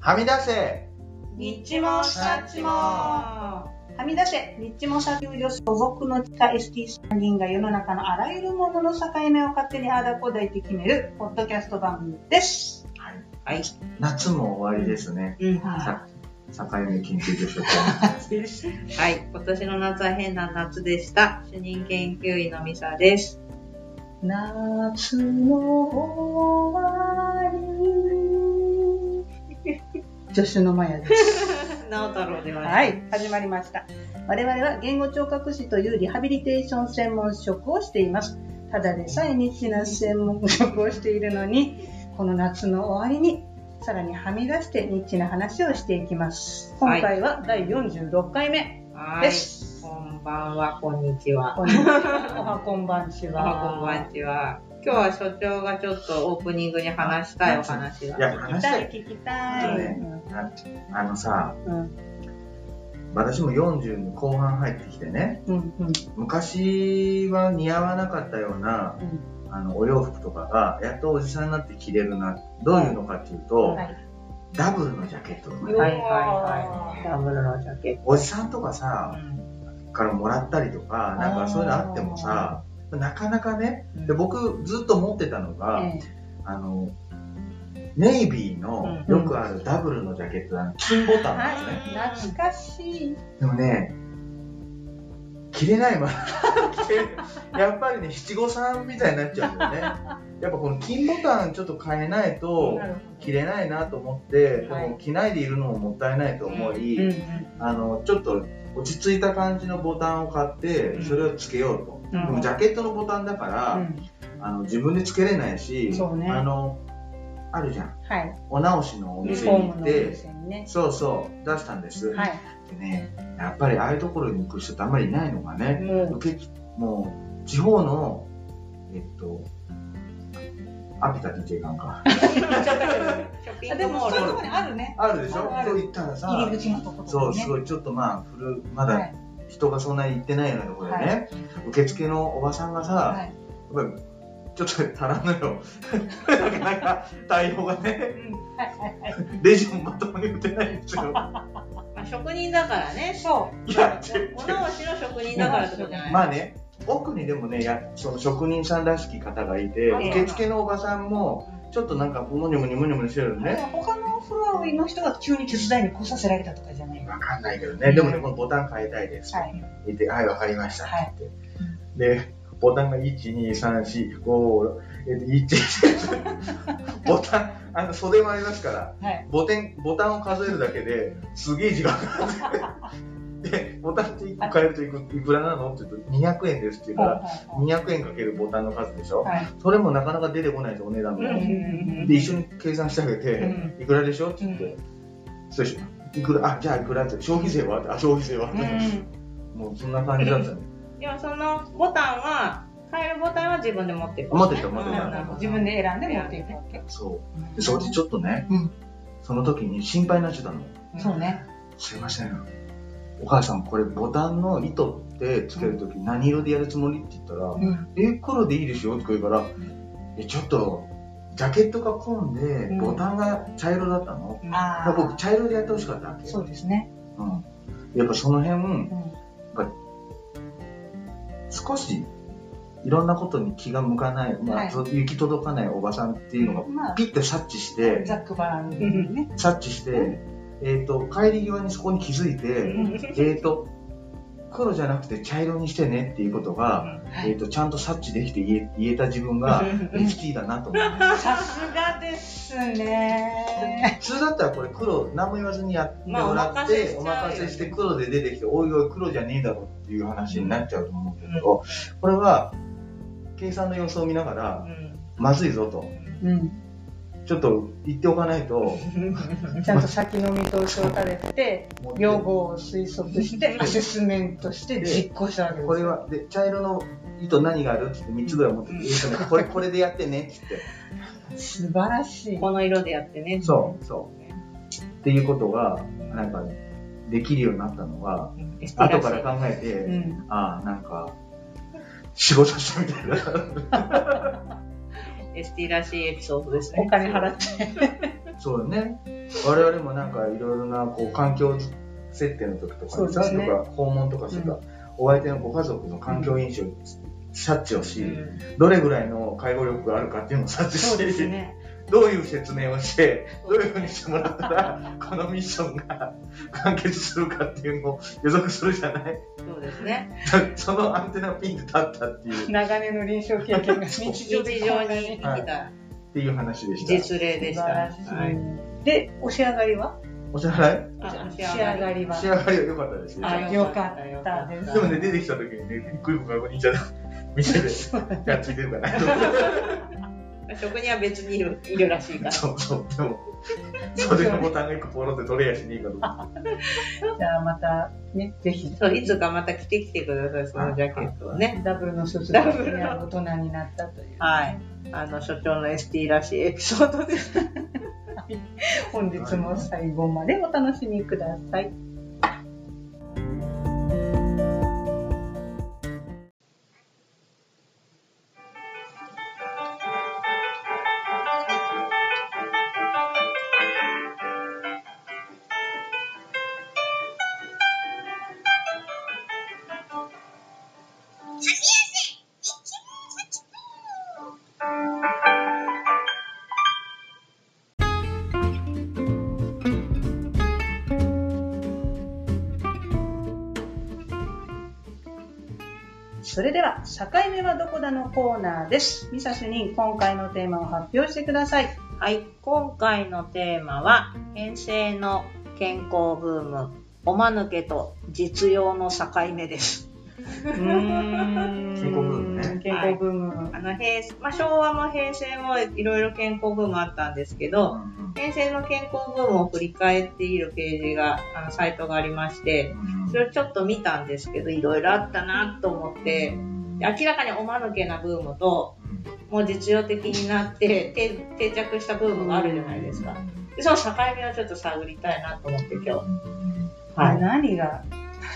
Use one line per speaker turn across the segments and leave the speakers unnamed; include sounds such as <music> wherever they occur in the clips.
はみ出せ
ニッチもサッチもはみ出せニッチもサッチもよし所属の地下 ST 3人が世の中のあらゆるものの境目を勝手にあだこだいて決めるポッドキャスト番組です。はい。
夏も終わりですね。
うん。
さ境目研究所所
<laughs>
はい。今年の夏は変な夏でした。主任研究員のミサ <laughs> です。
夏の終わり。助手のマヤです。
なお太郎では。
はいい、始まりました。我々は言語聴覚士というリハビリテーション専門職をしています。ただでさえニッチな専門職をしているのに、この夏の終わりに、さらにはみ出してニッチな話をしていきます。今回は第46回目
は
で
い。
す。
こんばんは、こんにちは。
こんにちは。おはこんばんち
おは
は。
こんばんちは。今日は所長がちょっとオープニングに話したいお話
いや、
が。
聞き
話した
たい
い。
聞きたい。うん
なあのさ、
うん
私も40の後半入ってきてね、
うんうん
昔は似合わなかったような、
うん
あの、お洋服とかが、やっとおじさんになって着れるな。どういうのかっていうと、
はい
ダブルのジャケットとかね
はいはいはい。ダブルのジャケッ
おじさんとか
ト。う
さ、
ん
からもらったりとか、なんかそういうのあってもさ、なかなかね、で、僕ずっと持ってたのが、
え
あの、ネイビーのよくあるダブルのジャケット、あの金ボタンなんですね。
え懐かしい。
でもね、着れないまま着てる。やっぱりね、七五三みたいになっちゃうんだよね。やっぱこの金ボタンちょっと変えないと
なるほ
着れないなと思って、
はい
でも着ないでいるのももったいないと思い、
うん
あの、ちょっと落ち着いた感じのボタンを買って、それをつけようと。
うん
でもジャケットのボタンだから、
どうん
あの自分でつけれないし、
そうね
あの、あるじゃん。
はい。
お直しのお
リフ
店
ォー
に
ム
行
の
っ
お
て、
店にね。
そうそう、出したんです。
はい。
でね、やっぱりああいうところに行く人ってあんまりいないのがね、
も
受けもう、地方の、えっと、アピタ DJ 館か。
ショッピ
う。
ングモー
そういう
ル。
とこ
にあるね。
あるでしょ
あるある
そう行ったらさ、
入り口のところ
そう、すごい、ちょっとまあ、古、まだ人がそんなに行ってないようなところでね、
は
受付のおばさんがさ、
は
やっ
い。
ぱり、ちょっと足らんのよ。 <laughs> なかなか対応がね、レジもまともに打てないんですよ。
<laughs>
まあ職人だからね。
そう。
いや、ちょ
お直しの職人だからってことじゃない
まあね、奥にでもね、やその職人さんらしき方がいて、
あ
受付のおばさんも、ちょっとなんか、もにょもにょもにょもにょしてるのね。
他のフロアの人が急に手伝いに来させられたとかじゃない
わかんないけどね、でもね、このボタン変えたいです。
はい。
言って、はい、わかりました。
はい
って言ってで、ボタンが1、2、3、4、5、えっと、1、2、3、ボタン、あの、袖もありますから、
はい。
ボテンボタンを数えるだけですげえ時間かかって。で、ボタンって1個変えるといくいくらなのって言うと、200円ですって言うから、200円かけるボタンの数でしょ、
はい。
それもなかなか出てこないですお値段も、
うんうんうん
で一緒に計算してあげて、いくらでしょって言って、そうしいくらあじゃあいくらって消費税はあ消費税は、もうそんな感じだったね
でもそのボタンは、変えるボタンは自分で持ってる、
持ってきた持ってきた
うんなるほど
自分で選んで持っていくわけ。
そうでそこでちょっとね、
うん
その時に心配になっちゃったの
そうね。
すいませんお母さんこれボタンの糸ってつける時何色でやるつもりって言ったら、
うん。
え黒でいいですよとか言うから、えちょっとジャケットが紺で
ん
ボタンが茶色だったの、だ
あ
から僕
あ。
茶色でやってほしかったわけ
そうですね。
うん、やっぱその辺
うん。
少しいろんなことに気が向かない、まあ
はい
そ行き届かないおばさんっていうのが
まあ、
ピッて察知して
ザックバランね。
察知して、えー、と帰り際にそこに気づいて、えー、と黒じゃなくて茶色にしてねっていうことが、
は
えー、
い。
とちゃんと察知できて言え言えた自分が
う
ミキティだな
<laughs>
と思って。
さすがですね。
普通だったらこれ黒何も言わずにやってもら
まあお
っ
任せし
て、
ちゃう
お任せして黒で出てきておいおい黒じゃねえだろっていう話になっちゃうと思うんだけど、これは計算の様子を見ながら
ん
まずいぞと
うん。
ちょっと言っておかないと
ちゃんと先の見通しを立てて、
思って
用語を推測して、アセスメントして実行したわけです。
これはで茶色の糸何があるって言って3つぐらい持ってて、
うん
えーとねこれこれでやってねって言っ
素晴らしい。
この色でやってね。
てそうそうっていうことがなんかできるようになったのが
うん。エステらしい
後から考えて、
うん。
ああなんか仕事したみたいな。
エステらしいエピソードですね。
お金払って。
そうよね。我々もなんかいろいろなこう環境設定の時とか
そう
にさ、
ですね
とか訪問とかしてた、
うん
お相手のご家族の環境印象に察知をし、
うん
どれぐらいの介護力があるかっていうのを察知
そう
し
です
て、
ね。
<laughs> どういう説明をして、どういうふうにしてもらったら、このミッションが完結するかっていうのを予測するじゃない <laughs>
そうですね。
そのアンテナピンが立ったっていう、っ
長年の臨床経験が <laughs> 日
日
常
常
的
に
に
生きた
ていう話でした。
実例でした。
素晴らしい
はい。
で、お仕上がりは
お支払い
あ
お仕上がりは
仕上がりは良かったですよ
あ。
よかったで。
ですもね、出てきた時にね、びっくり僕が忍者の店で、やっついてるかなと思っ
職には別にいるいるらしいから
て。。そうそう、でも、それのボタンが一個ポロって取れやしねえかと思って。
じゃあまたね、ぜひ、
そう、いつかまた着てきてください、そのジャケットをね。
ダブルの卒業になる大人になったという。
はい。あの、所長の ST らしいエピソードです。
本日も最後までお楽しみください。それでは、境目はどこだのコーナーです。ミサ主任、今回のテーマを発表してください。
はい。今回のテーマは、平成の健康ブーム、おまぬけと実用の境目です。
うーん
健康ブームね
健康ブーム。
あの、平成、まあ、昭和も平成もいろいろ健康ブームあったんですけど、平成の健康ブームを振り返っているページが、あの、サイトがありまして、それをちょっと見たんですけど、いろいろあったなと思って、で明らかにおまぬけなブームと、もう実用的になってて定着した部分があるじゃないですか。でその境目をちょっと探りたいなと思って今日。は
あ
い、
何が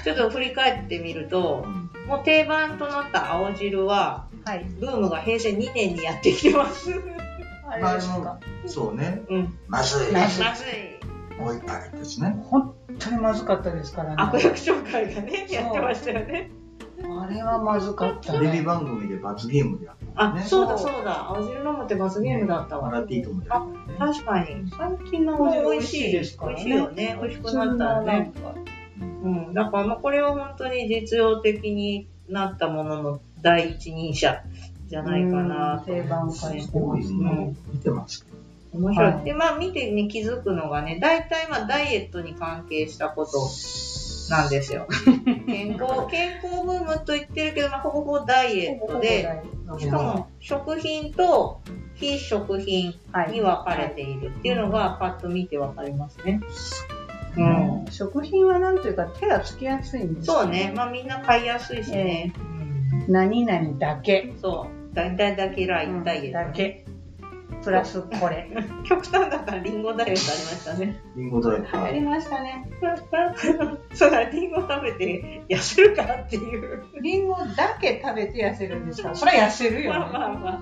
ちょっと振り返ってみると、もう定番となった青汁は、
はい。
ブームが平成2年にやってきてます。
あ
まあ
れですか。
そうね、
うん。
まずい
ま
ま
ず
ず
い
い。
もう一杯ですね。
本当にまずかったですからね。
悪役紹介がね、
そう
やってましたよね。
あれはまずかった
テレビ
ね。
番組で罰ゲームでやった
あ、
ね
そうだそうだ。青汁飲むって罰ゲームだったわ。
笑っていいと思うよね
確かに。
最近の
もう
お味
美味
し
し
い
い
ですから
美味しいよ
ね。
ね。美味しくなったらね。
普通のなんか
うん、だからまあこれは本当に実用的になったものの第一人者じゃないかなと
うん定番化
ね
し。て
多
ま
い
す
ね
ね。
見てますけど。
面白い。
はい
で、まあ見てね、気づくのがね、大体まあダイエットに関係したことなんです <laughs> よ。健康、健康ブームと言ってるけど、まあほぼほぼダイエットで、
ほぼほぼ
しかも食品と非食品
はい
に分かれているっていうのがパッと見て分かりますね。う
うん
ん。
食品はなんというか手がつきやすいんですよ
そうね。まあみんな買いやすいしね。
何々だけ。
そう。大体だけラインダイエット、
だけ。プラスこれ。
極端だったらリンゴダイエットありましたね。 <laughs>
リンゴドライ
やり
ブ。
ましたね。
そうだ、リンゴ食べて痩せるからっていう。
リンゴだけ食べて痩せるんですから、それは痩せるよ、ね。
まあまあまあ。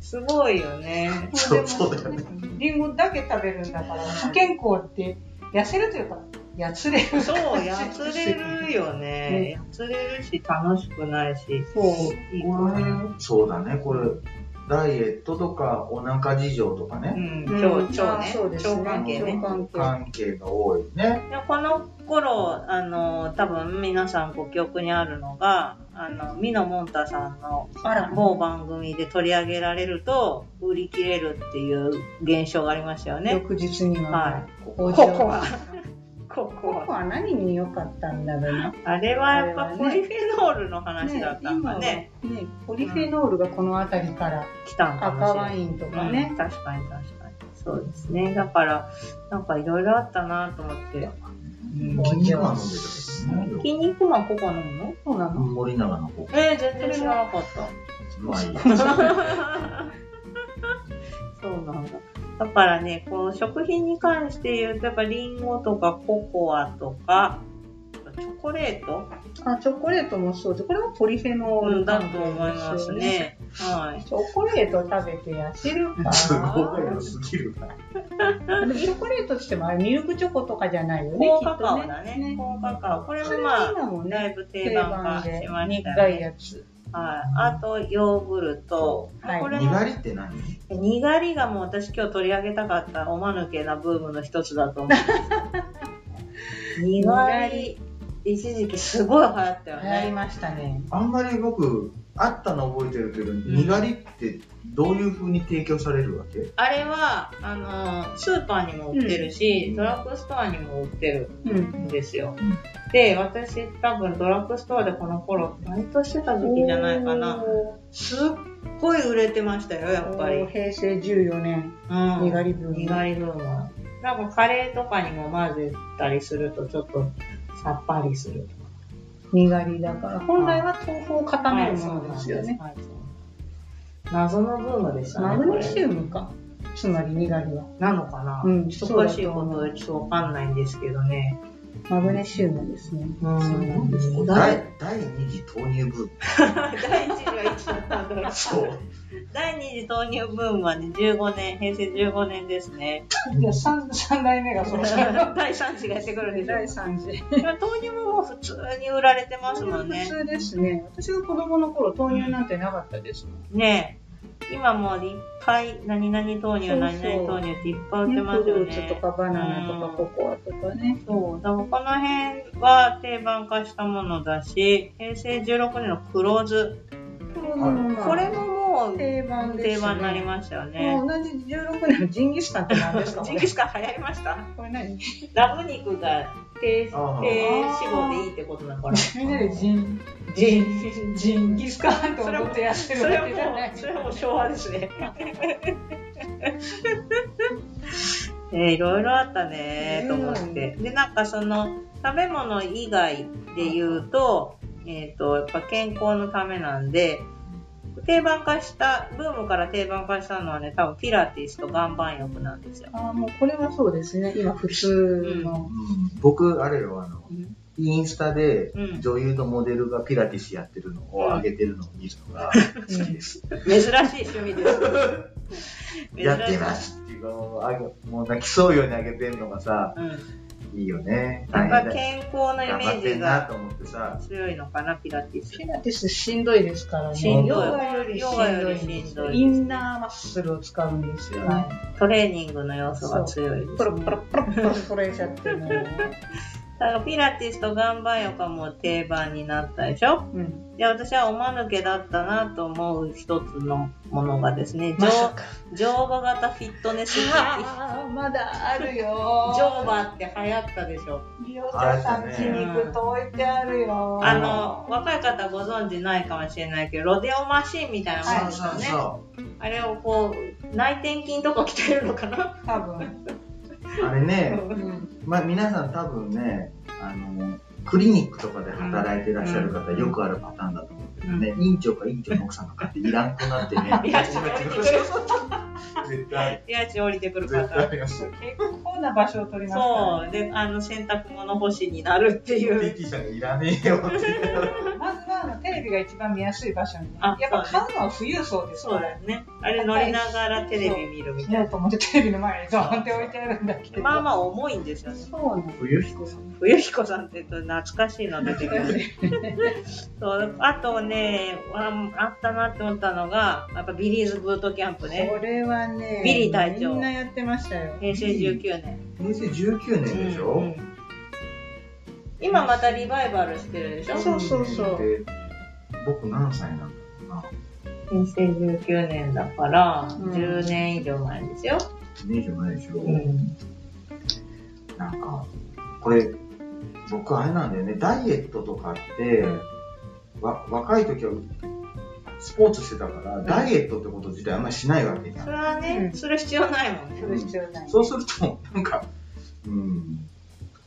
すごいよね。
そうそうだよね。
リンゴだけ食べるんだから、不健康って痩せるというか、やつれる。
そう、 <laughs> 痩せれるよね。痩せれるし、楽しくないし。
そう。
いい
これそうだね、これ、ダイエットとかお腹事情とか
う
ね、
ん、
うんま
腸腸
あ
ね
そうですね
腸関係ね
腸関係
関係が多いね。
でこの頃あの多分皆さんご記憶にあるのがあのミノモンタさんの
あら、も
某番組で取り上げられると売り切れるっていう現象がありましたよ
う、
ね。
翌日には、
は
こ
い。
こ
ココア。コ
<laughs> コ
コ
コア何に良かったんだろうな。
ア。あれはやっ
あれは
ぱ
ね
ポリフェノールの話だったんだね。
今はねポリフェノールがこの辺りから、
来たんか
赤
もしれ
ワ
ない。
インとか
ね、
ね。
確かに確かに。そうですね。だから、なんかいろいろあったなと思って。うん
筋肉は飲んでたけどね。
筋肉マンココア飲むの
そうなの、
森永の方。
えー、全然知らなかった。
まあいい。
そうなんだ。だからね、この食品に関して言うと、やっぱリンゴとかココアとか、チョコレート
あ、チョコレートもそうで、これはポリフェノール
だと思いますね。はい。
チョコレート食べて痩せ
<laughs>
るか。
すごいよ、すぎるな。
でもチョコレートって言ってもあれミルクチョコとかじゃないよね、
高
き
カ
っ
カ
と
オ
ね。
だね。高カカオ。これ
そ
も
れ
ま
も
あ、
今も
だ
ね、
いぶ定
定
番化
番
し
で
ました
苦い
ね。
やつ。
はい。あと、ヨーグルト。
はい
これ
に
も
がりって何
にがりがもう私今日取り上げたかったおまぬけなブームの一つだと思う。にがり。一時期すごい流行ったよ
流行り
ね。
ましたね。
あんまり僕、あったの覚えてるけど、にがりってどういう風に提供されるわけ
あれは、あの、スーパーにも売ってるし、ドラッグストアにも売ってる
うん。
んですよ
うん。
で、私多分ドラッグストアでこの頃、バイトしてた時期じゃないかな。すっごい売れてましたよ、やっぱり。
お
う
ー平成14年、
ん。
にがりブーム
にがりブームは。なんかカレーとかにも混ぜたりするとちょっとさっぱりする。
にがりだから、本来は豆腐を固めるものですよね。
はい。そうなんです謎のブームでしたね。
マグネシ
こ
ウムか。つまりにがりは。
れなのかな、
うん
詳しいことはちょっとわかんないんですけどね。
マグネシウムですね。
う第
第第2次豆乳ブーム。
第1次はいつだったんだろう。
そう。
第2次豆乳ブームはね、15年、平成15年ですね。
じゃあ三三代目が <laughs> そうした。
<laughs> 第3次がやってくるんでしょ
第三次。
まあ豆乳ももう普通に売られてますもん
普
ね。
通ですね。私が子供の頃、豆乳なんてなかったですもん。
ねえ今もういっぱい何々豆乳、
そうそう
何々豆乳っていっぱい売って
ね
ますよね。
フルーツとかバナナとかココアとかね。
そう。だからこの辺は定番化したものだし、平成16年の黒酢。こ
これ
れ
も
ももう
定番ですね。
定番になりましたよね。
もう同じ16年のジンギスカンって何 <laughs> ですか
ジンギスカン流行りました
これ何
ラム肉が低低
あー
脂肪でいいってことだから。
みんなでジン、ジン、ジンギスカンと踊ってやってる
それは
わ
も、。
けじゃないう
それはもう昭和ですね。 <laughs> えー、いろいろあったねーと思って。で、なんかその、食べ物以外で言うと、えっ、と、やっぱ健康のためなんで、定番化した、ブームから定番化したのはね、多分ピラティスと岩盤浴なんですよ。
あーもうこれはそうですね。今普通の。
僕、あれよ、あの、
うん
インスタで
うん
女優とモデルがピラティスやってるのを上げてるのを見るのが好きです。
<laughs> 珍しい趣味です。 <laughs> 珍しい
やってますっていうか、もうあげもう泣きそうように上げてるのがさ、
うん。
いいよね。
なんか
だ。
健康のイ
頑
メ
張っ
ー
て
ジ
んな
が
と思ってさ、
強いのかな、ピラティス。
ピラティスしんどいですからね。
しんどい
ヨガよりしんどいんです
ヨガよりしんど
よ。
いですね
インナーマッスルを使うんですよね。
トレーニングの要素が強いです、ね。
プロプロプロプロプロちゃってね。
だからピラティスと岩盤浴はもう定番になったでしょ
うん。
で、私はおまぬけだったなと思う一つのものがですね、
まさ
乗乗馬型フィットネス機器。
あーまだあるよ。
乗馬って流行ったでしょ
利用者さん家に行くと置いてあるよ。
あの、若い方ご存知ないかもしれないけど、ロデオマシンみたいなものですよね。
そう。
あれをこう、内転筋とか鍛えるのかな
多分。
あれね、
うん。
まあ皆さん多分ね、あの、クリニックとかで働いてらっしゃる方、
うん
よくあるパターンだと思うけどね、
う
院長か院長の奥さんが買って <laughs> いらんくなってね、
いやちょっと待ってくれ
絶対、
手足降りてくる
絶
方
対。ありますよ。
結構な場所を取りますから
そ
ね
う。で、あの、洗濯物干しになるっていう。
PT さんがいらねえよっていう。
まずはあのテレビが一番見やすい場所にね
あ。
やっぱ買うのは富裕層です
そう
か
だ
ら。
よね。あれ乗りながらテレビ見るみたい
いやと思ってテレビの前にドーンって置いてあるんだけ
な。
ど。
まあまあ重いんですよね。
そうなん
冬彦さん
冬彦さんって言うと懐かしいの出てくる。 <laughs> そうあとねあ、あったなって思ったのが、やっぱビリーズブートキャンプね。
これはね、
ビリー隊長
みんなやってましたよ。
平成19年。
平成19年でしょ、
うんうん今またリバイバルしてるでしょ
そうそうそう
で僕何歳なんだろうな
平成19年だから、
うん
10年以上前ですよ。
年以上ないでしょ、
ん。
なんかこれ僕あれなんだよねダイエットとかって、わ若い時はスポーツしてたから、
ん
ダイエットってこと自体あんまりしないわけじゃ
そ
ん
れはね、
うん
する必要ないもんね
す。る必要ない。
そうするとなんかうん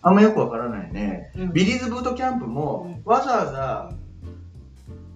あんまよくわからないね、
うん
ビリーズブートキャンプも、わざわざ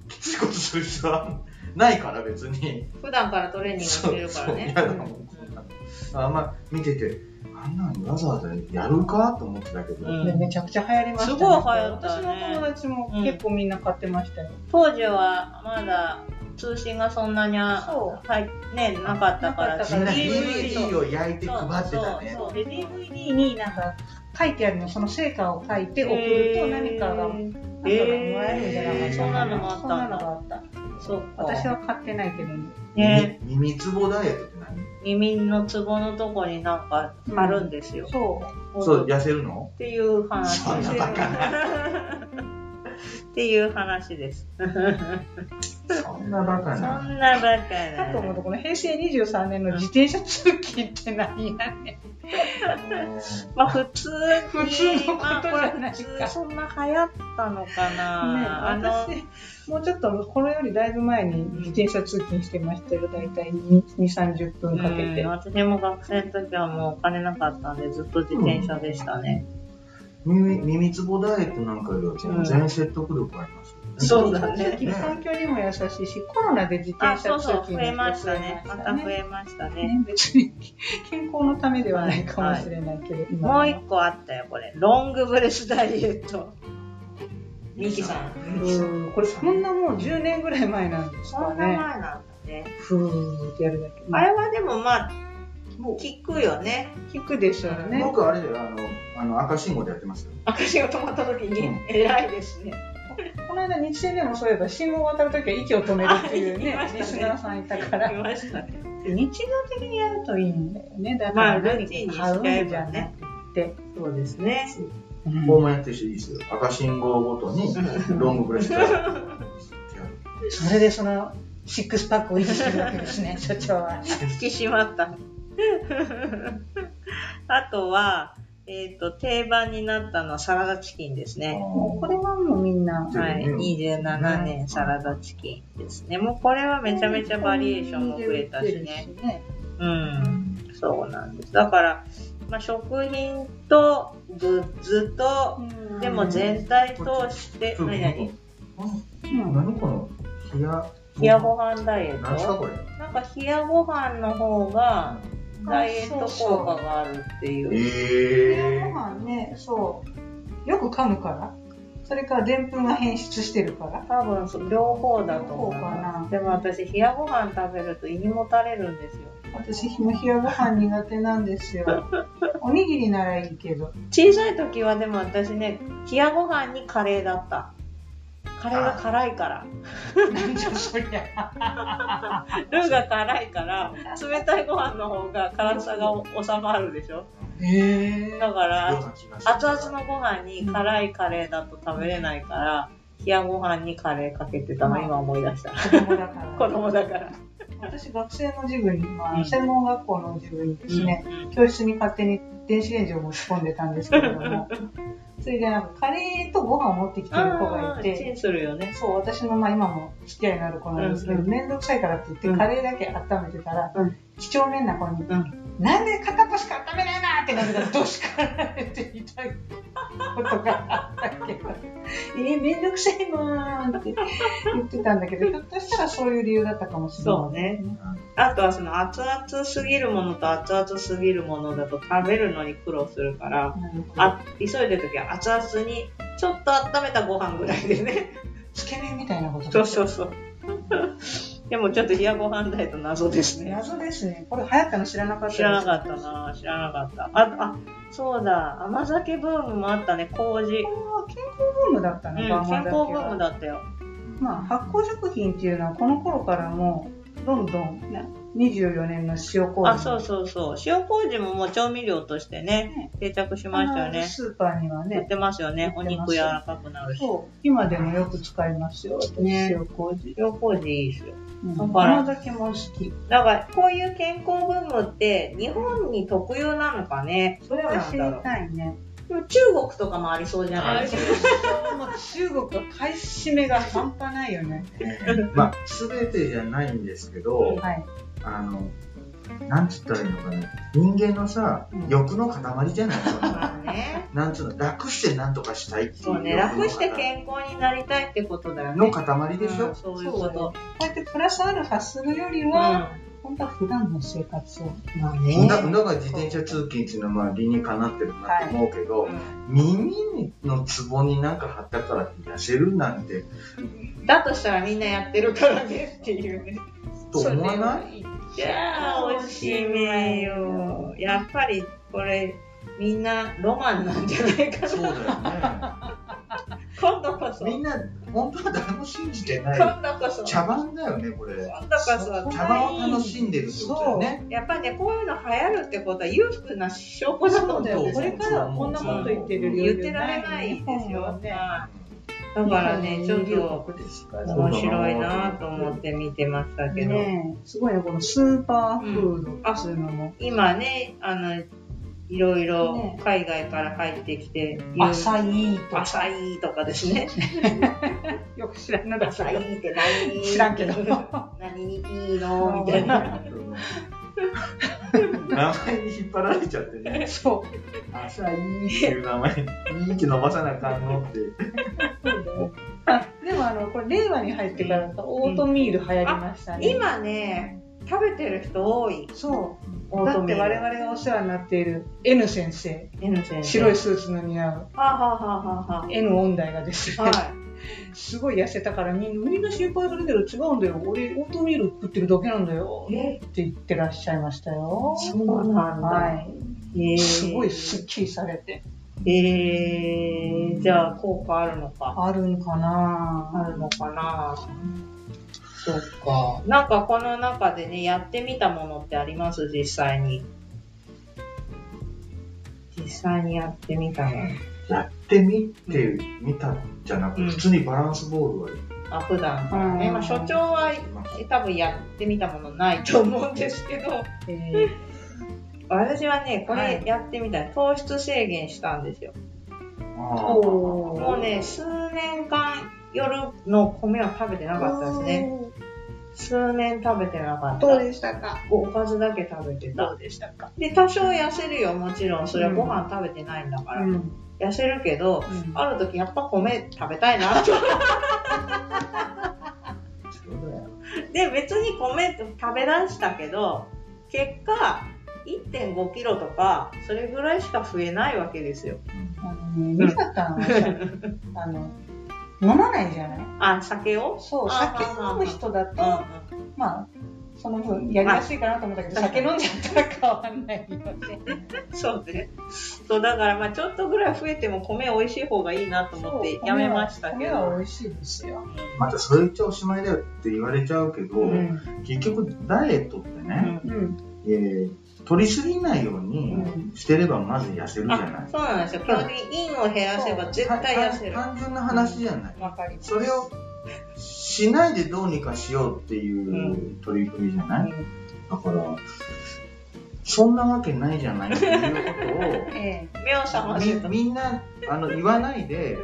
きついことする必要はないから別に
普段からトレーニングしてるからね。
そうそう嫌だもんあんま見てて、あんなにわざわざやるかと思ってたけど、
うん
でめちゃくちゃ流行りました、
すごい流行ったね
私の友達も結構みんな買ってましたよ。
当時はまだ通信がそんなにあ
そ
はいねなかったか
な
ら
かったか
みんな
ら DVD
DVD を焼いて配ってたね。
そう
う。で、DVD になんか書いてあるの、その成果を書いて送ると何かが、なんかがもらえるんじゃ
へー
なかったか
そんなのもあった
そん
んだ
なのがあった。
そうか
私は買ってないけどね。
ね
み耳つぼダイエットって何
耳のツボのとこになんかあるんですよ、
そう。
そう、痩せるの
っていう話
そんなバカ
っていう話です。そ
そんなバカ
ん
な。
なバカ
か
な
と思うと、この平成23年の自転車通勤って何やね
まあ普通に
普通のことじゃないか
まあこれ普通そんな流行ったのか
ん。ね
な。あの
私、もうちょっと、これよりだいぶ前に自転車通勤してましたよ。だいたい2、30分かけて
うん。私も学生の時はもうお金なかったんでずっと自転車でしたね。
耳耳つぼダイエットなんかよりは全然説得力ありますよね。
そうだね
ね環境にも優しいし、コロナで自転
あ、
車
そう
通
そう、
勤
増えましたね。また増えましたね。
ね別に健康のためではないかもしれないけど、今
も
は
う一個あったよ、これ。ロングブレスダイエット。ミキさん。
うんこれそんなもう10年ぐらい前なんです
そ
か
んな前
ね。
なんだね。
ふーってやるだけ。
あれはでもまあ、
も
聞くよね。
う聞くでしょうね。
僕あれだよ、あの、あの赤信号でやってますよ。
私が止まった時に、
うん
偉いですね。
この間日清でもそういえば信号を渡るときは息を止めるっていうね
あ言いましたね
リスナーさんいたか
い
ら
ましたね。
<laughs> 日常的にやるといいんだよねだか
まあ、
ら
ル
何
ーティン
か
に
買
し
う
ちゃえ
んじゃ
ば
な
ね
く。て、
そうですね。
うん
こうもやってる人いいですよ。赤信号ごとにロングブレスダイエットやる。
それでそのシックスパックを維持するわけです <laughs> ね所長は。
引き締まった。 <laughs> あとは、えっ、と、定番になったのはサラダチキンですね。
もうこれはもうみんな
はい。
うん
27年サラダチキンですね。もうこれはめちゃめちゃバリエーションも増えたしね。うん。そうなんです。だから、まあ、食品とグッズと、
うん
でも全体通して、
ちょっと
何々
うん
何この冷や
冷やご飯ダイエッ
何すか
ト
これ
なんか冷やご飯の方がダイエット効果があるっていう。
え
ご飯ね、そう。よく噛むから。それからでんぷんが変質してるから。
多分そう両方だと思う
両方かな
でも私冷やご飯食べると胃にもたれるんですよ
私、ひも冷やご飯苦手なんですよ。おにぎりならいいけど。
小さい時はでも私ね冷やご飯にカレーだったカレーが辛いから
なんじゃそりゃ。
ルーが辛いから冷たいご飯の方が辛さが収まるでしょ
へえ。
だから熱々
の
のご飯に辛いカレーだと食べれないから冷やご飯にカレーかけてたの今思い出した
子供だから。
子供だから
私、学生の授業に、ま
う
あ、
ん
専門学校の授業にですね、教室に勝手に電子レンジを持ち込んでたんですけれども、それでなんかカレーとご飯を持ってきてる子がいて、
チンするよね
そう、私の、まあ、今も付き合いのある子なんですけど、
うん
面倒くさいからって言って、
うん
カレーだけ温めてたら、
うん
几帳面な子に、
うん
なんで片っぽしか温めないなってなるから、どうしかられていたことがあったけど、えー、めんどくさいもんって言ってたんだけ
<laughs>
ど、ひょっとしたらそういう理由だったかもしれない。
そうねあとはその熱々すぎるものと熱々すぎるものだと食べるのに苦労するから、
なるほど
あ急いでるときは熱々にちょっと温めたご飯ぐらいでね。 <laughs>
つけ麺みたいなこと
そうそうそう。 <laughs> でもちょっと冷やご飯ダイエット謎ですね。
謎ですね。これ流行ったの知らなかったです
知らなかったな知らなかった。あ、あ、そうだ、甘酒ブームもあったね、
こ
麹。
れは健康ブームだった
うん、
の
健
か、
康ブームだったよ。
まあ、発酵食品っていうのはこの頃からもうどんどん、ね、24年の塩麹
あ、そうそうそう。塩麹ももう調味料としてね、定着しましたよね。
スーパーには
売っ
ね
てますよね。お
売ってます
肉柔らかくなるし。
そう今でもよく使いますよ私、
ね
塩麹、
塩麹いいですよ。
うん、
だから
甘酒も好き
だからこういう健康ブームって日本に特有なのかね
それは知りたいね
でも中国とかもありそうじゃないですか
もう中国は買い占めが半端ないよね
まあ全てじゃないんですけど
はい
あのなんつったらいいのかな人間のさ
うん
欲の塊じゃない
だからね
なんつうの楽してなんとかしたいっていう
そうね
欲の
楽して健康になりたいってことだよね
の塊でし
うん
ょ
そういうこ
そう
と
こうやってプラスアルファするより
う
は、本当は普段の生活を。
まあ
だ
ね
だから自転車通勤っていうのはまあ理にかなってるなと思うけど、耳のツボになんか貼ったからって痩せるなんて
だとしたらみんなやってるからねっていうね。
と思わない
いやー、おしめよ。やっぱりこれ、みんなロマンなんじゃないか
そうだよ
今度こそ。
ね。み
今
んな、本当は誰も信じてない。
度こそ。
茶番だよね、これ。
今度こそ。
茶番を楽しんでるってことだよね。
やっぱね、こういうの流行るってことは裕福な証拠だと
そうう
思
んだ
です
よ
よ。
ね。これからはこんなこと言ってる
言ってられないですよ。はいだからね、ちょっと面白いなと思って見てましたけど。
ねえすごいね、このスーパーフードっていうのも。
今ね、あの、いろいろ
ね
海外から入ってきて、
アサイと
ア
か。
サイとかです
<laughs>
ね。
よく知らない
アサイって何
知らんけど。
<laughs> 何にい
<laughs>
いのみた <laughs> いな。
名前に引っ張られちゃってね。
そ
あさいいっていう名前に、いいって伸ばさなあかんのって。
<laughs> う。でもあの、これ令和に入ってからオートミール流行りましたね。
今ね、食べてる人多い。
そう。
オー
だ
ト
っ
ミ
て
ール
我々がお世話になっている N 先生。
N 先生。
白い
は
スーツの似合う
あ、はあはあは
N 音大がです
あ
ね
はあ、。は
すごい痩せたからみんなみんな心配されてる違うんだよ俺オートミール食ってるだけなんだよ
い。え、
って言ってらっしゃいましたよ
そうなんだ。
は
へえ
いすごいすっきりされて
へえじゃあ効果あるのか。
あるのか
あ
な
るのかな
そっか
なんかこの中でね、やってみたものってあります実際に。実際にやってみたもの。
やってみて、みたんじゃなく
うん
て、普通にバランスボールは
あ、普段からね。
うん
まあ、所長は
やりました。
多分やってみたものないと思うんですけど、
えー
私はね、こ
は
れ
い
やってみたい。糖質制限したんですよ。
おー
もうね、数年間夜の米は食べてなかったですね。数年食べてなかった。
でしたか
おかずだけ食べてた。
うでしたか
で、多少痩せるよ、もちろん。それはご飯食べてないんだから。
うん
痩せるけど、ある時やっぱ米食べたいなと。
そうだよ
で、別に米食べだしたけど、結果、1.5キロとか、それぐらいしか増えないわけですよ。
あのね美香さんはさ <laughs> あの飲まないじゃない
あ、酒を
そう
あー
酒飲む人だ
う
と
んうん
まあその分やりやすいかなと思ったけど
まあ
酒飲んじゃったら変わんないよね
そうね。そう、だからまあちょっとぐらい増えても米美味しい方がいいなと思って
そう
<laughs> やめましたけ
米は米は
ど。
美味しいですよ、
またそれ言っちゃおしまいだよって言われちゃうけど、
うん
結局ダイエットって
う
ね、
ん
えー取りすぎないようにしてればまず痩せるじゃない、
あ、そうなんですよ。基本的にインを減らせば絶対痩せる。
単単純な話じゃない、
わかります
それをしないでどうにかしようっていう取り組みじゃない、だからそんなわけないじゃないっていうことを
ええ
目を覚ま <laughs> せと。
みみんなあの言わないで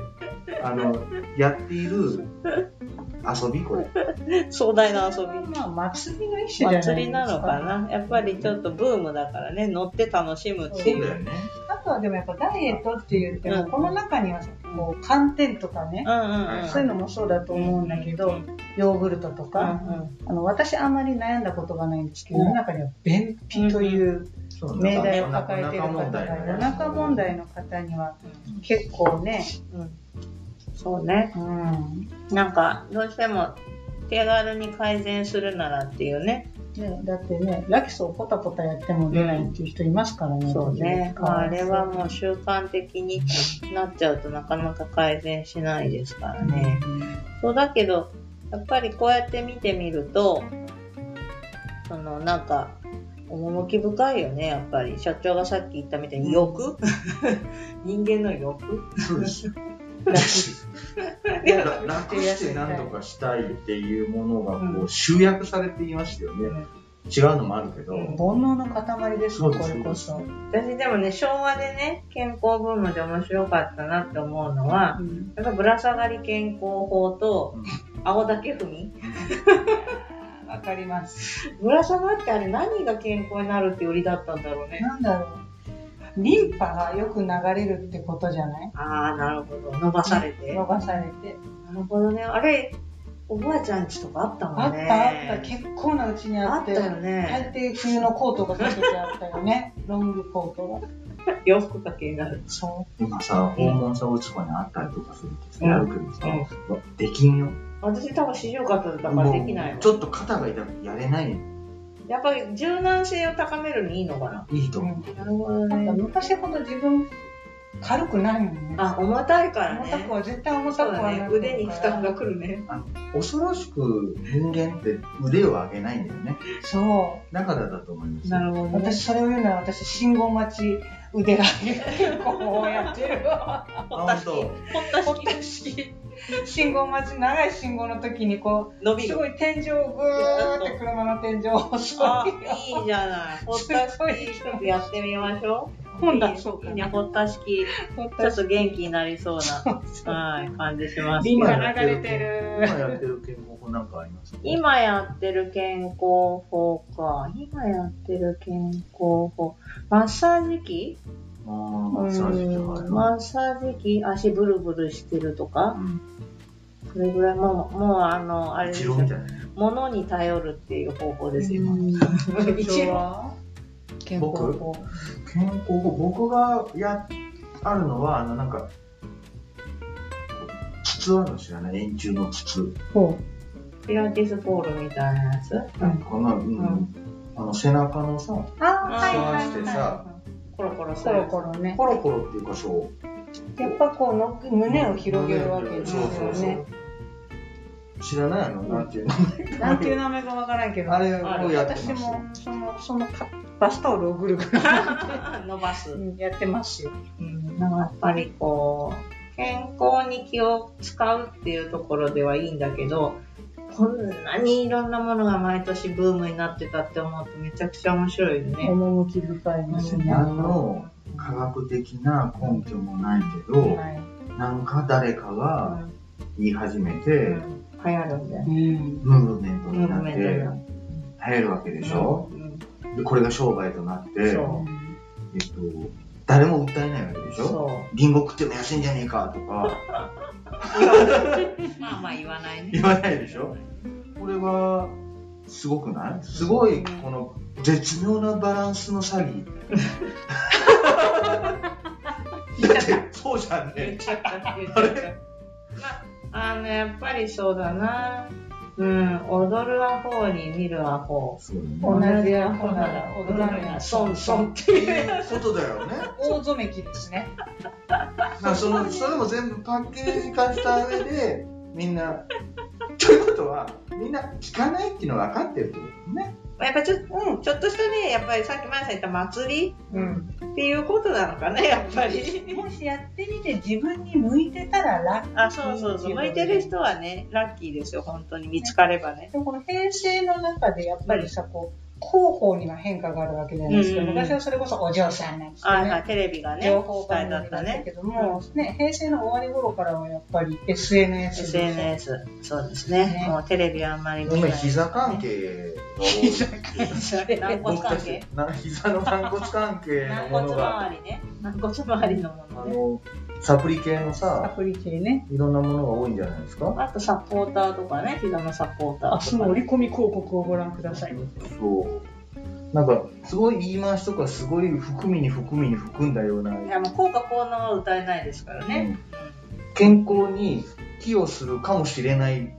あのやっている遊びこれ
壮大な遊び。
まあ祭りの一種じゃないですか
祭りなのかなやっぱりちょっとブームだからね乗って楽しむって
そ
いう
だよ
う。
ね
あとはでもやっぱダイエットって言っても、
うん
この中にはさこう寒天とかね
う、んうんうん。
そういうのもそうだと思うんだけど、
うん
ヨーグルトと
うんう
か、
ん
あの私あんまり悩んだことがないんですけど、
うん
世の中には便秘という
そう
命題を抱えている
お
方
腹問
が
題
い
だ
る
よ
お
ね
腹問題の方には結構ね、
うんそうね。
うん、
なんかどうしても手軽に改善するならっていうね。
ねだってねラキソをポタポタやっても出ないっていう人いますからね、
そうね。
時々
まああれはもう習慣的になっちゃうとなかなか改善しないですからね。そうだけど、やっぱりこうやって見てみると、そのなんか、趣深いよね、やっぱり。社長がさっき言ったみたいに欲 <laughs> 人間の欲
そうですよ
楽
楽楽して何とかしたいっていうものがこう集約されていましたよね、
うん
違うのもあるけど、
うん
煩悩の塊です
そうで
ねこ
す
れこそ
そう。
私でもね、昭和でね、健康ブームで面白かったなって思うのは、
うん
やっぱぶら下がり健康法と、青竹踏み
わかります。
ぶら下がってあれ何が健康になるって売りだったんだろうね。
なんだろう。リンパがよく流れるってことじゃない
ああ、なるほど。伸ばされて。
伸ばされて。
なるほどね。あれ、おばあちゃんちとかあった
あ
も
っ
んね。
たあった結構なうちにあ
あ
っ
ってたよね。
大抵冬のコートがかけてあったよ
<laughs>
ねロングコートが
洋服掛けになる。
そ
今さ、訪問者落ち葉にあったりとかするとさ、
うん
やるけどさ、できんよ。
私多分四十肩だからできない
も
わ
うちょっと肩が痛くてやれない。
やっぱり柔軟性を高めるにいいのか
いいと
う、う
思う。
ん、
な。なるほど
なんか。昔ほど自分軽くないもんね
あ、重たいから
重た
ね
く。は絶対重た
そう
く
だ
は
ね
な。い
腕に負担がくるね。
恐ろしく人間って腕を上げないんだよね。
そう
だからだと思います。
なるほどね。
私それを言うなら私信号待ち腕が上げ結構やってるわ
ほったしき。
あ
ほ <laughs>
本
った
ほっ
した
し信号待ち長い信号の時にこ
き。伸
う
び
す
る。
ごい天井をグーって車の天井を
あ、
そ
いいじゃない。ほった
すごい
式やってみましょう。
今度はそうか
いいね、ほった式。
う
ちょっと元気になりそう
<laughs>
な、はい、感じします。
リン
今
が
やって
流
る
れて
今
る
やってる健康法なんかありますか
今やってる健康法か。今やってる健康法。マッサージ機
あーマッサージ機
う
械
んマッサージ機足ブルブルしてるとか。
うん
それぐらいもう、もうあの、あれです
一
よ
郎み。たいな。
物に頼るっていう方法です、今。
一郎健康法
健康法、僕がや、あるのは、あの、なんか、筒あるの知らない円柱の筒。
ほ
ピラティスポールみたいなやつ。
なんかこんな、うん
ん
あの、背中のさ、
うあはいはい
そうして
は
さ
コロコロ
い
す
コ
る
ロ。コロね
コロコロっていうかそう。
やっぱこうの胸を広げるわけですよ
そうそう
ね
そう知らないあの、なんていうの。
なんていう名前かわからんけど
あれをやってます
私もそのそのかバスタオルをぐるぐる
<laughs> 伸ばす。
やってますよ
うん、なんかやっぱりこう、健康に気を使うっていうところではいいんだけど、こんなにいろんなものが毎年ブームになってたって思うとめちゃくちゃ面白いよね。
趣深いですね
何の科学的な根拠もないけど、
はい
なんか誰かが言い始めて、
流行るんだよ。
うん
ムーブメント
ム
にな
ー
っ
ブメ
て、
ントにな
流
る
行るわけでしょ、
うん
でこれが商売となって、
そう
えっと、誰も訴えないわけでしょ
そ
リンゴ食っても安いんじゃねえかとか
う。まあまあ言わないね。
言わないでしょこれは、すごくないすごい、この絶妙なバランスの詐
<laughs>
欺。だって、そうじゃん
言っ
ね。
ちゃった言っちゃったまあ、あの、やっぱりそうだな。うん、踊るアホに見るアホ。
そうだね
同じアホ
ほ
な
な
ら
ら
踊
踊
ら
ら
ぬ
ぬ
が
が
損損
損損
っていうことだよね。
大ぞめきですね
まあそのそれも全部パッケージ化した上でみんなということはみんな聞かないっていうのは分かってるってことね。
まあやっぱちょ,、うん、ちょっとしたね、やっぱりさっき前さん言った祭り
うん
っていうことなのかね、やっぱり。
もしやってみて自分に向いてたらラッキー
あ、そうそうそう。向いてる人はね、ラッキーですよ、本当に。見つかればね。
でもこの平成の中でやっぱりさこう広報には変化があるわけじゃないですか、
うんうんうん
昔はそれこそお嬢さんなんです
あ、
よ
は
ね
い、テレビがね、
情報
主
番
体
組だ
だ
っ
った
た
ね。
けども、ね、平成の終わり頃からはやっぱり SNS で
SNS。そうですね。
ね
もうテレビあんまり見ない、
今
<laughs>
膝関係が多い。
係。軟骨
僕た
関
ち
係
な膝の軟骨関係の
軟
も
骨
のが
周りね。軟骨周りのも
あ
のね。
のサプリ系の
ア
さ
プリ系ね
いろんなものが多いんじゃないですか。
あとサポーターとかね、膝のサポーターと
明
か、
日の折り込み広告をご覧ください
そうなんかすごい言い回しとかすごい含みに含みに含んだようない
や、もう効果効能は歌えないですからね。
健康に寄与するかもしれない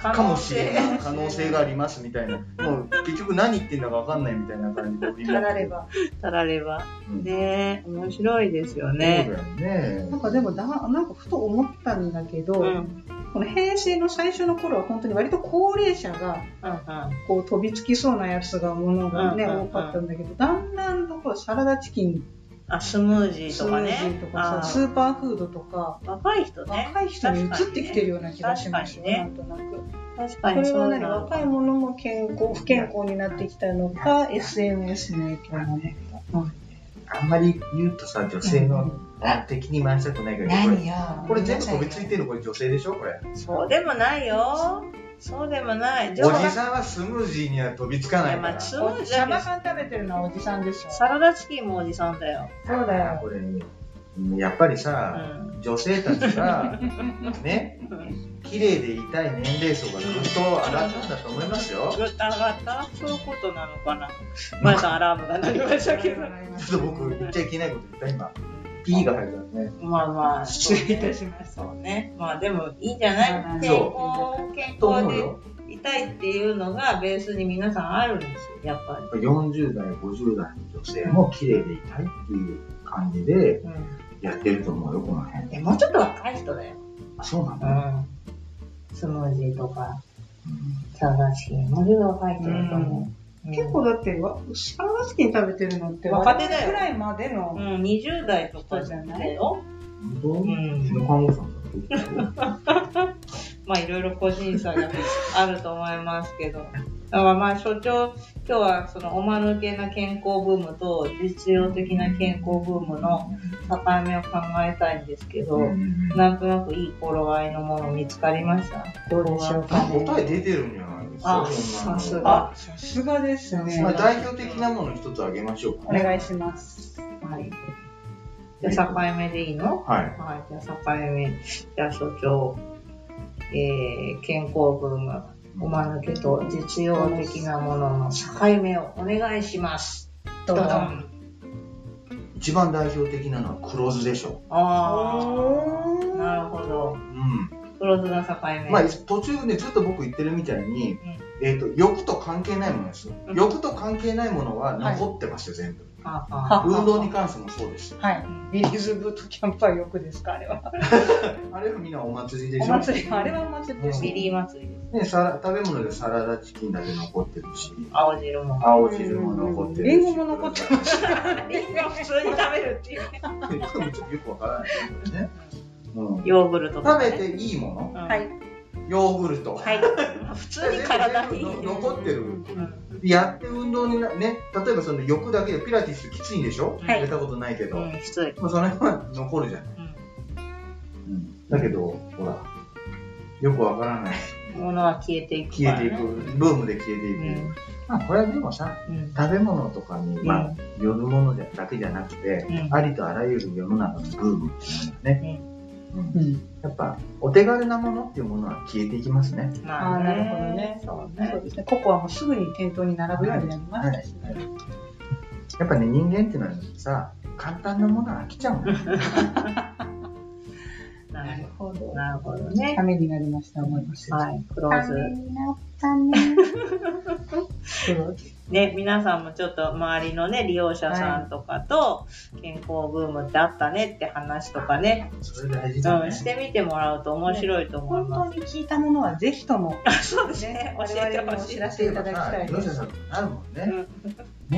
可
か
能性
もしれない可能性がありますみたいな、もう結局何言ってんだか分かんないみたいな感じで、みん
た
な
られば
<laughs> たられば。
うん
ねえ、面白いですよ
そうだ
ね。
よね
なん。かでもだなんかふと思ったんだけど、
うん。うん
この平成の最初の頃は本当に割と高齢者が
うん。
こう飛びつきそうなやつがものがね、
うんうんうん
多かったんだけどだんだんところサラダチキン
あ、スムージー
ス
と
ム
か
ージ
ね。
ーとかさ
あ
スーパーフードとか
若い人ね。
若い人に移ってきてるような気がしますよ、
確か
なんとなく。
確
こ
かに
れ
そ
は
う
何
なの
若い者も健康不健康になってきたのか SNS の影響なのか
あんまり言うとさ、女性の敵に回したくないけど、これ
や
これ全部飛びついてるのこれ女性でしょこれ。
そうでもないよ。そうでもない。
おじ
ん
さんはスムージーには飛びつかないか
ま
ら。
あ、スムージ
サ
ー
バ
だけど
缶食べてるのはおじさんでしょ
サラダチキンもおじさんだよ。
そうだよ
これ、やっぱり
う
さ、
ん
女性たちが、ね、綺麗でいたい年齢層がぐっと上がったんだと思いますよ。
ぐったがったそういうことなのかな。まやさんアラームが鳴りましたけど。
ちょっと僕言っちゃいけないこと言った今。P が入るからね。
まあまあ、
失礼いたしました。
そうね。まあでもいいんじゃない健
そ
康、健
と思
康
う
で
よ。
いたいっていうのがベースに皆さんあるんですよ、やっぱ
40代、50代の女性も綺麗でいたいっていう感じで
り。うん。
やってると思うよ、この辺。
え、もうちょっと若い人だよ。
あ、そうなん
う
だ。
ん。スムージーとか、
うん
茶菓子、もうちょっと若い人だと思う。うん
結構、だって、わシャワースキン食べてるのって、
若手だよ
ぐらいまで
う
の。
ん、20代とかじゃないよ。
本当
ん
うちの看護師さんだって言ってたよ
まあいろいろ個人差があると思いますけど。だからまあ所長、今日はそのおまぬけな健康ブームと実用的な健康ブームの境目を考えたいんですけど、
うん
なんとなくいい頃合いのもの見つかりました。
どうでしょうかね。
答え出てるんじゃないです
あ
か、そんなの
さすが
あ、さすがですね
まあ。代表的なもの一つあげましょう
お
かね。
願いします。
はい。じゃあ境目でいいの
はい。
はい、じゃあ境目。じゃあ所長、えー、健康ブーム、おまぬけと実用的なものの境目をお願いします。
どう
ドド
ぞ。
ン
一番代表的なのは黒酢でしょ。
ああ、なるほど
う。ん。
黒酢の境目。
まあ、途中でずっと僕言ってるみたいに、えっと欲と関係ないものですよ、
うん
欲と関係ないものは残ってますよ、全部
あ
は
あ
運動に関してもそうです
はい。ビリーズブートキャンプはよくですかあれは。
あれはみんなお祭りでしょ
お祭り、あれはお祭りで
ビ
し
リー祭りです。
ね、さ食べ物でサラダチキンだけ残ってるし
青汁も。
青汁も残ってるし、
うんリンゴも残っ
<laughs>
て
るし
リンゴ普通に食べるっていうね。
よくわからないけどね、うん、
ヨーグルトとか
食
ね。
べていいも
た。
は。
はいい。
のヨーグルト、
はい。普通に体にいい。
全部残ってる
うん
やって運動になね例えばその欲だけでピラティスきついんでしょ、
はい
やったことないけど、
うん、きつい。
まあその辺は残るじゃないだけど、ほら、よくわからない。
物は消えていく
消
か
え
ら
て
ね。
いく、ブームで消えていく。まあ、これはでもさ、
うん。うん。
食べ物とかに、まあ、よるものだけじゃなくて、
うん
ありとあらゆる世の中のブームっていうのはね、うん
うん。
やっぱ、お手軽なものっていうものは消えていきますね。
ま
あ
あね
ーなるほどね
そう
そ
ね
う。ですね。ココアもすぐに店頭に並ぶようになりましたしね。
やっぱね、人間っていうのはさ、簡単なものは飽きちゃうのよ。
<laughs> なる
ほ
ほ
ど
どなるほどね。
ためになりました、思います。
はい。クロー
た
ズ
め。になった
<laughs>
ね。 <laughs>
ね、皆さんもちょっと周りのね、利用者さんとかと、健康ブームってあったねって話とかね、
それ大事だ
う
ね
ん、。してみてもらうと面白いと思い
本
ま
当に聞いたものはぜひとも、
す。そうですね。教えて
我々
ほ
にお
しい
知。らせいただきたい
利用
で
者
す。
さんとかなるもんね。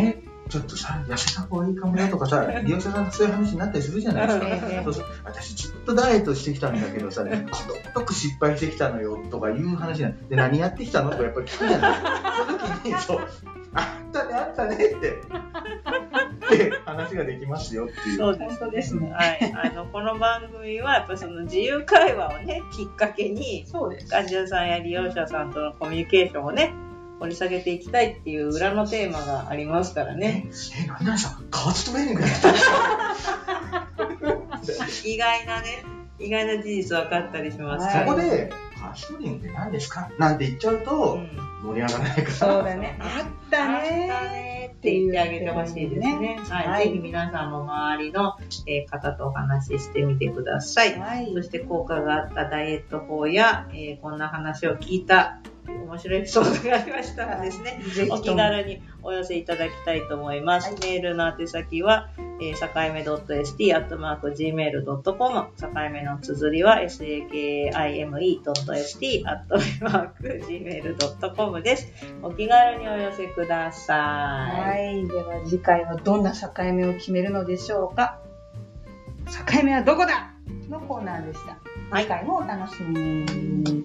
ね、ちょっとさ、痩せた方がいいかもよとかさ、利用者さんとそういう話になったりするじゃないですか。
え
そうそう私ずっとダイエットしてきたんだけどさ、すごく失敗してきたのよとかいう話じゃないで何やってきたのとかやっぱり聞くじゃないその時にそうあったねあったねってで話ができますよっていう
そうですね
本当ですね
はい、あのこの番組はやっぱその自由会話をねきっかけに
えそうです。
患者さんや利用者さんとのコミュニケーションをね掘り下げていきたいっていう裏のテーマがありますからね
ええ何々さん加圧トレーニングやってたんですか
意外なね意外な事実分かったりしますか
はい
そこ
ら、
で加圧トレーニングって何ですかなんて言っちゃう
う
と
ん、
盛り上がらないか
そう
ら、
だね。あっ
だ
た
ね
ね。
って言ってあげてほしいですね。はい、
はい
ぜひ皆さんも周りの、えー方とお話ししてみてください。
はい
そして効果があったダイエット法や、えーこんな話を聞いた面白いエピソードがありましたらですね、
ぜひ
お
と
気
も。
軽にお寄せいただきたいと思います。
はい
メールの宛先は、えー、境目 .st.gmail.com 境目の綴りは sakime.st.gmail.com です。お気軽にお寄せくださ。
はいい。では次回はどんな境目を決めるのでしょうか。境目はどこだのコーナーでした。
はい
次回もお楽しみに。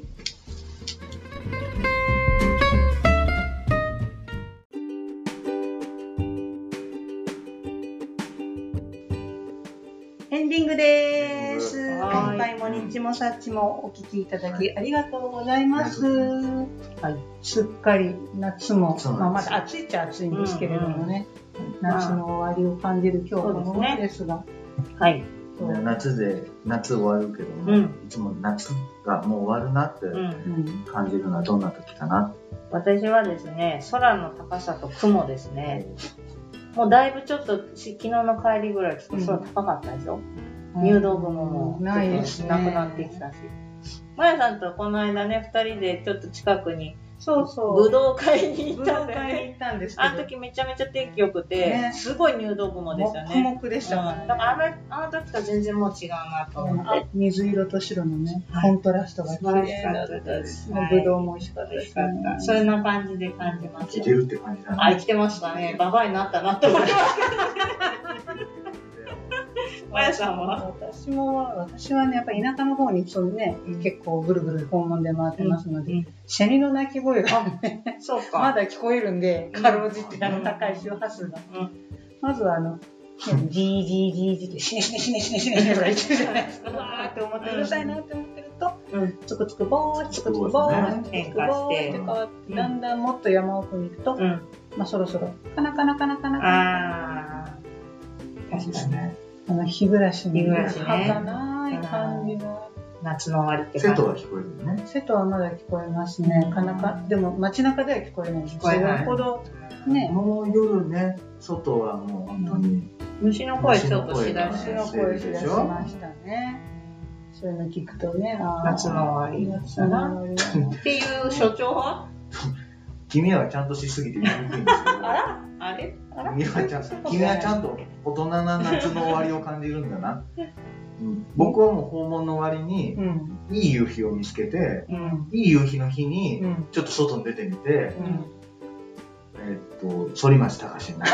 エンディングです。
はい
今回も日もさっちもお聞きいただきありがとうございます。
はい
すっかり夏も、
そう
ま
な
あ、
んで
ますだ暑いっちゃ暑いんですけれどもね、夏の終わりを感じる今日この頃ですが、
はい。そう
夏で夏終わるけども、
うん
いつも夏がもう終わるな
う
っ
ん
うん
て感じるのはどんな時かな、
私はですね、空の高さと雲ですね。もうだいぶちょっとし昨日の帰りぐらいちょっと空高かったですよ。入道雲も
ないです
ちょ
ね
っとなくなってきたし。まやさんとこの間ね、二人でちょっと近くに、
そうそう
武道会に
武
行った
道
んだよ
会に
ね。
行ったんですけど
あの時めちゃめちゃ天気良くて、
ね
すごい入道雲でしたね。
黙々でし
う
た
ん
からね
だからあのあの時と全然もう違うなと思って。
水色と白のね、
はい
コントラストが綺麗だった
です
もうぶ
ぶ
ど
ど
うも美味しかったで
美味し
す
か
ね、
った。そんな感じで感じま
生き
してた。
るって感じだ
あ、
ね
生きてましたね。ババアになったなって思
<laughs>
いました。まやさんは
私も、私はね、やっぱり田舎の方にそういうね、結構ぐるぐる訪問で回ってますので、
うん
セミの鳴き声がね、
そうか。
まだ聞こえるんで、かろうじってあの高い周波数が。
うん
まずはあの、ジージージージーって、死ね死ね死ね死ね死ねとか言ってるじゃないですか。うわーって思って、うるさいなって思ってると、
うん
つくつくぼー、つくつくぼー、つくつくぼーって変わって、だんだんもっと山奥に行くと、
うん。
まあそろそろ、かなかなかなかなか
ああ。確かに。
ね
あの日暮らしに
日暮らしね
儚い感じが、
夏の終わりって
瀬
感じ
戸。は聞こえるよね
瀬戸はまだ聞こえますね、なかなかでも街中では聞こえない聞
こえない
ほどね
もう夜ね外はもう本当に
虫の声ちょっとしだ
私
し
の声しだしましたねそういうの聞くとねあー
夏の終わり
夏の終わりだな
っていう所長は
君はちゃんとしすぎて見にくいんですけど
あらあれあら
君はちゃんと君はちゃんと大人な夏の終わりを感じるんだな、うん僕はもう訪問の終わりに
うん
いい夕日を見つけて
うん
いい夕日の日に
うん
ちょっと外に出てみて、
うん
えーっと反町隆史になる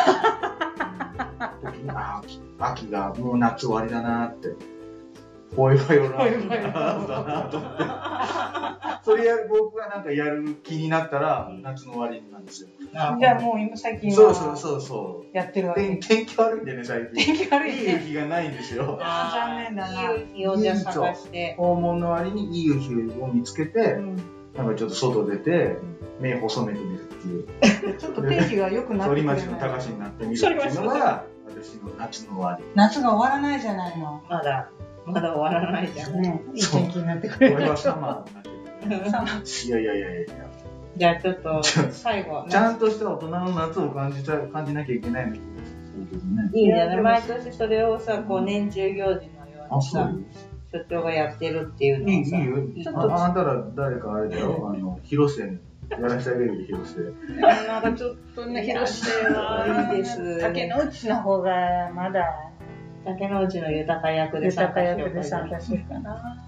時にあー秋秋がもう夏終わりだなーってほいほいおらんだなと思ってそれやる僕がなんかやる気になったら夏の終わりなんですよ
じゃあもう今最近は
そうそうそうそ
やってる
う
わ
天
け
天気悪いんでね最近
天気悪い
いい夕
ね
日がないんですよ
残念だない
い日をじゃあ探して
訪問の割にいい夕日を見つけて、なんかちょっと外出て、目細めてみるっていう、
ちょっと天気が良くなっ
反
てくれ
町の
ない
隆になってみるっていうのが、私の夏の終わ
夏が終わらないじゃないの
まだまだ終わらないじゃん
ねいい天気になってく
り。
れ
こ
る
れはサマーになってる。いやいやいやいやいや。
じゃあちょっと最後
ちゃんとした大人の夏を感じた感じなきゃいけないの。そうですね。
いいんじゃない毎年それをさこう年中行事のよう
あ、
に
そ
さ
う。
所長がやってるっていう
いい、い
のをさ
いよ。
ちょっと
ああんたら誰かあれだよ、あの広瀬にやらせてあげるよ広瀬。
なんかちょっとね、広瀬は、
いいです
竹の内の方がまだ
竹之内の豊か役で
豊
参
か
加しよ
役
う
で
か
参
な
加するかな。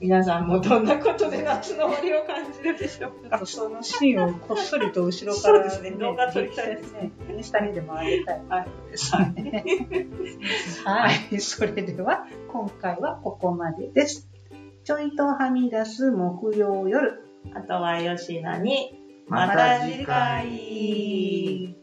皆さんもどんなことで夏の終わりを感じるでしょう
ちょっとそのシーンをこっそりと後ろから、
そうですね動画撮りたいです
ね。インスタにでもあげたい。
か
はい、それでは今回はここまでです。ちょいとはみ出す木曜夜。
あとは吉野に、
ま
ま
た
た
次
次
回
回。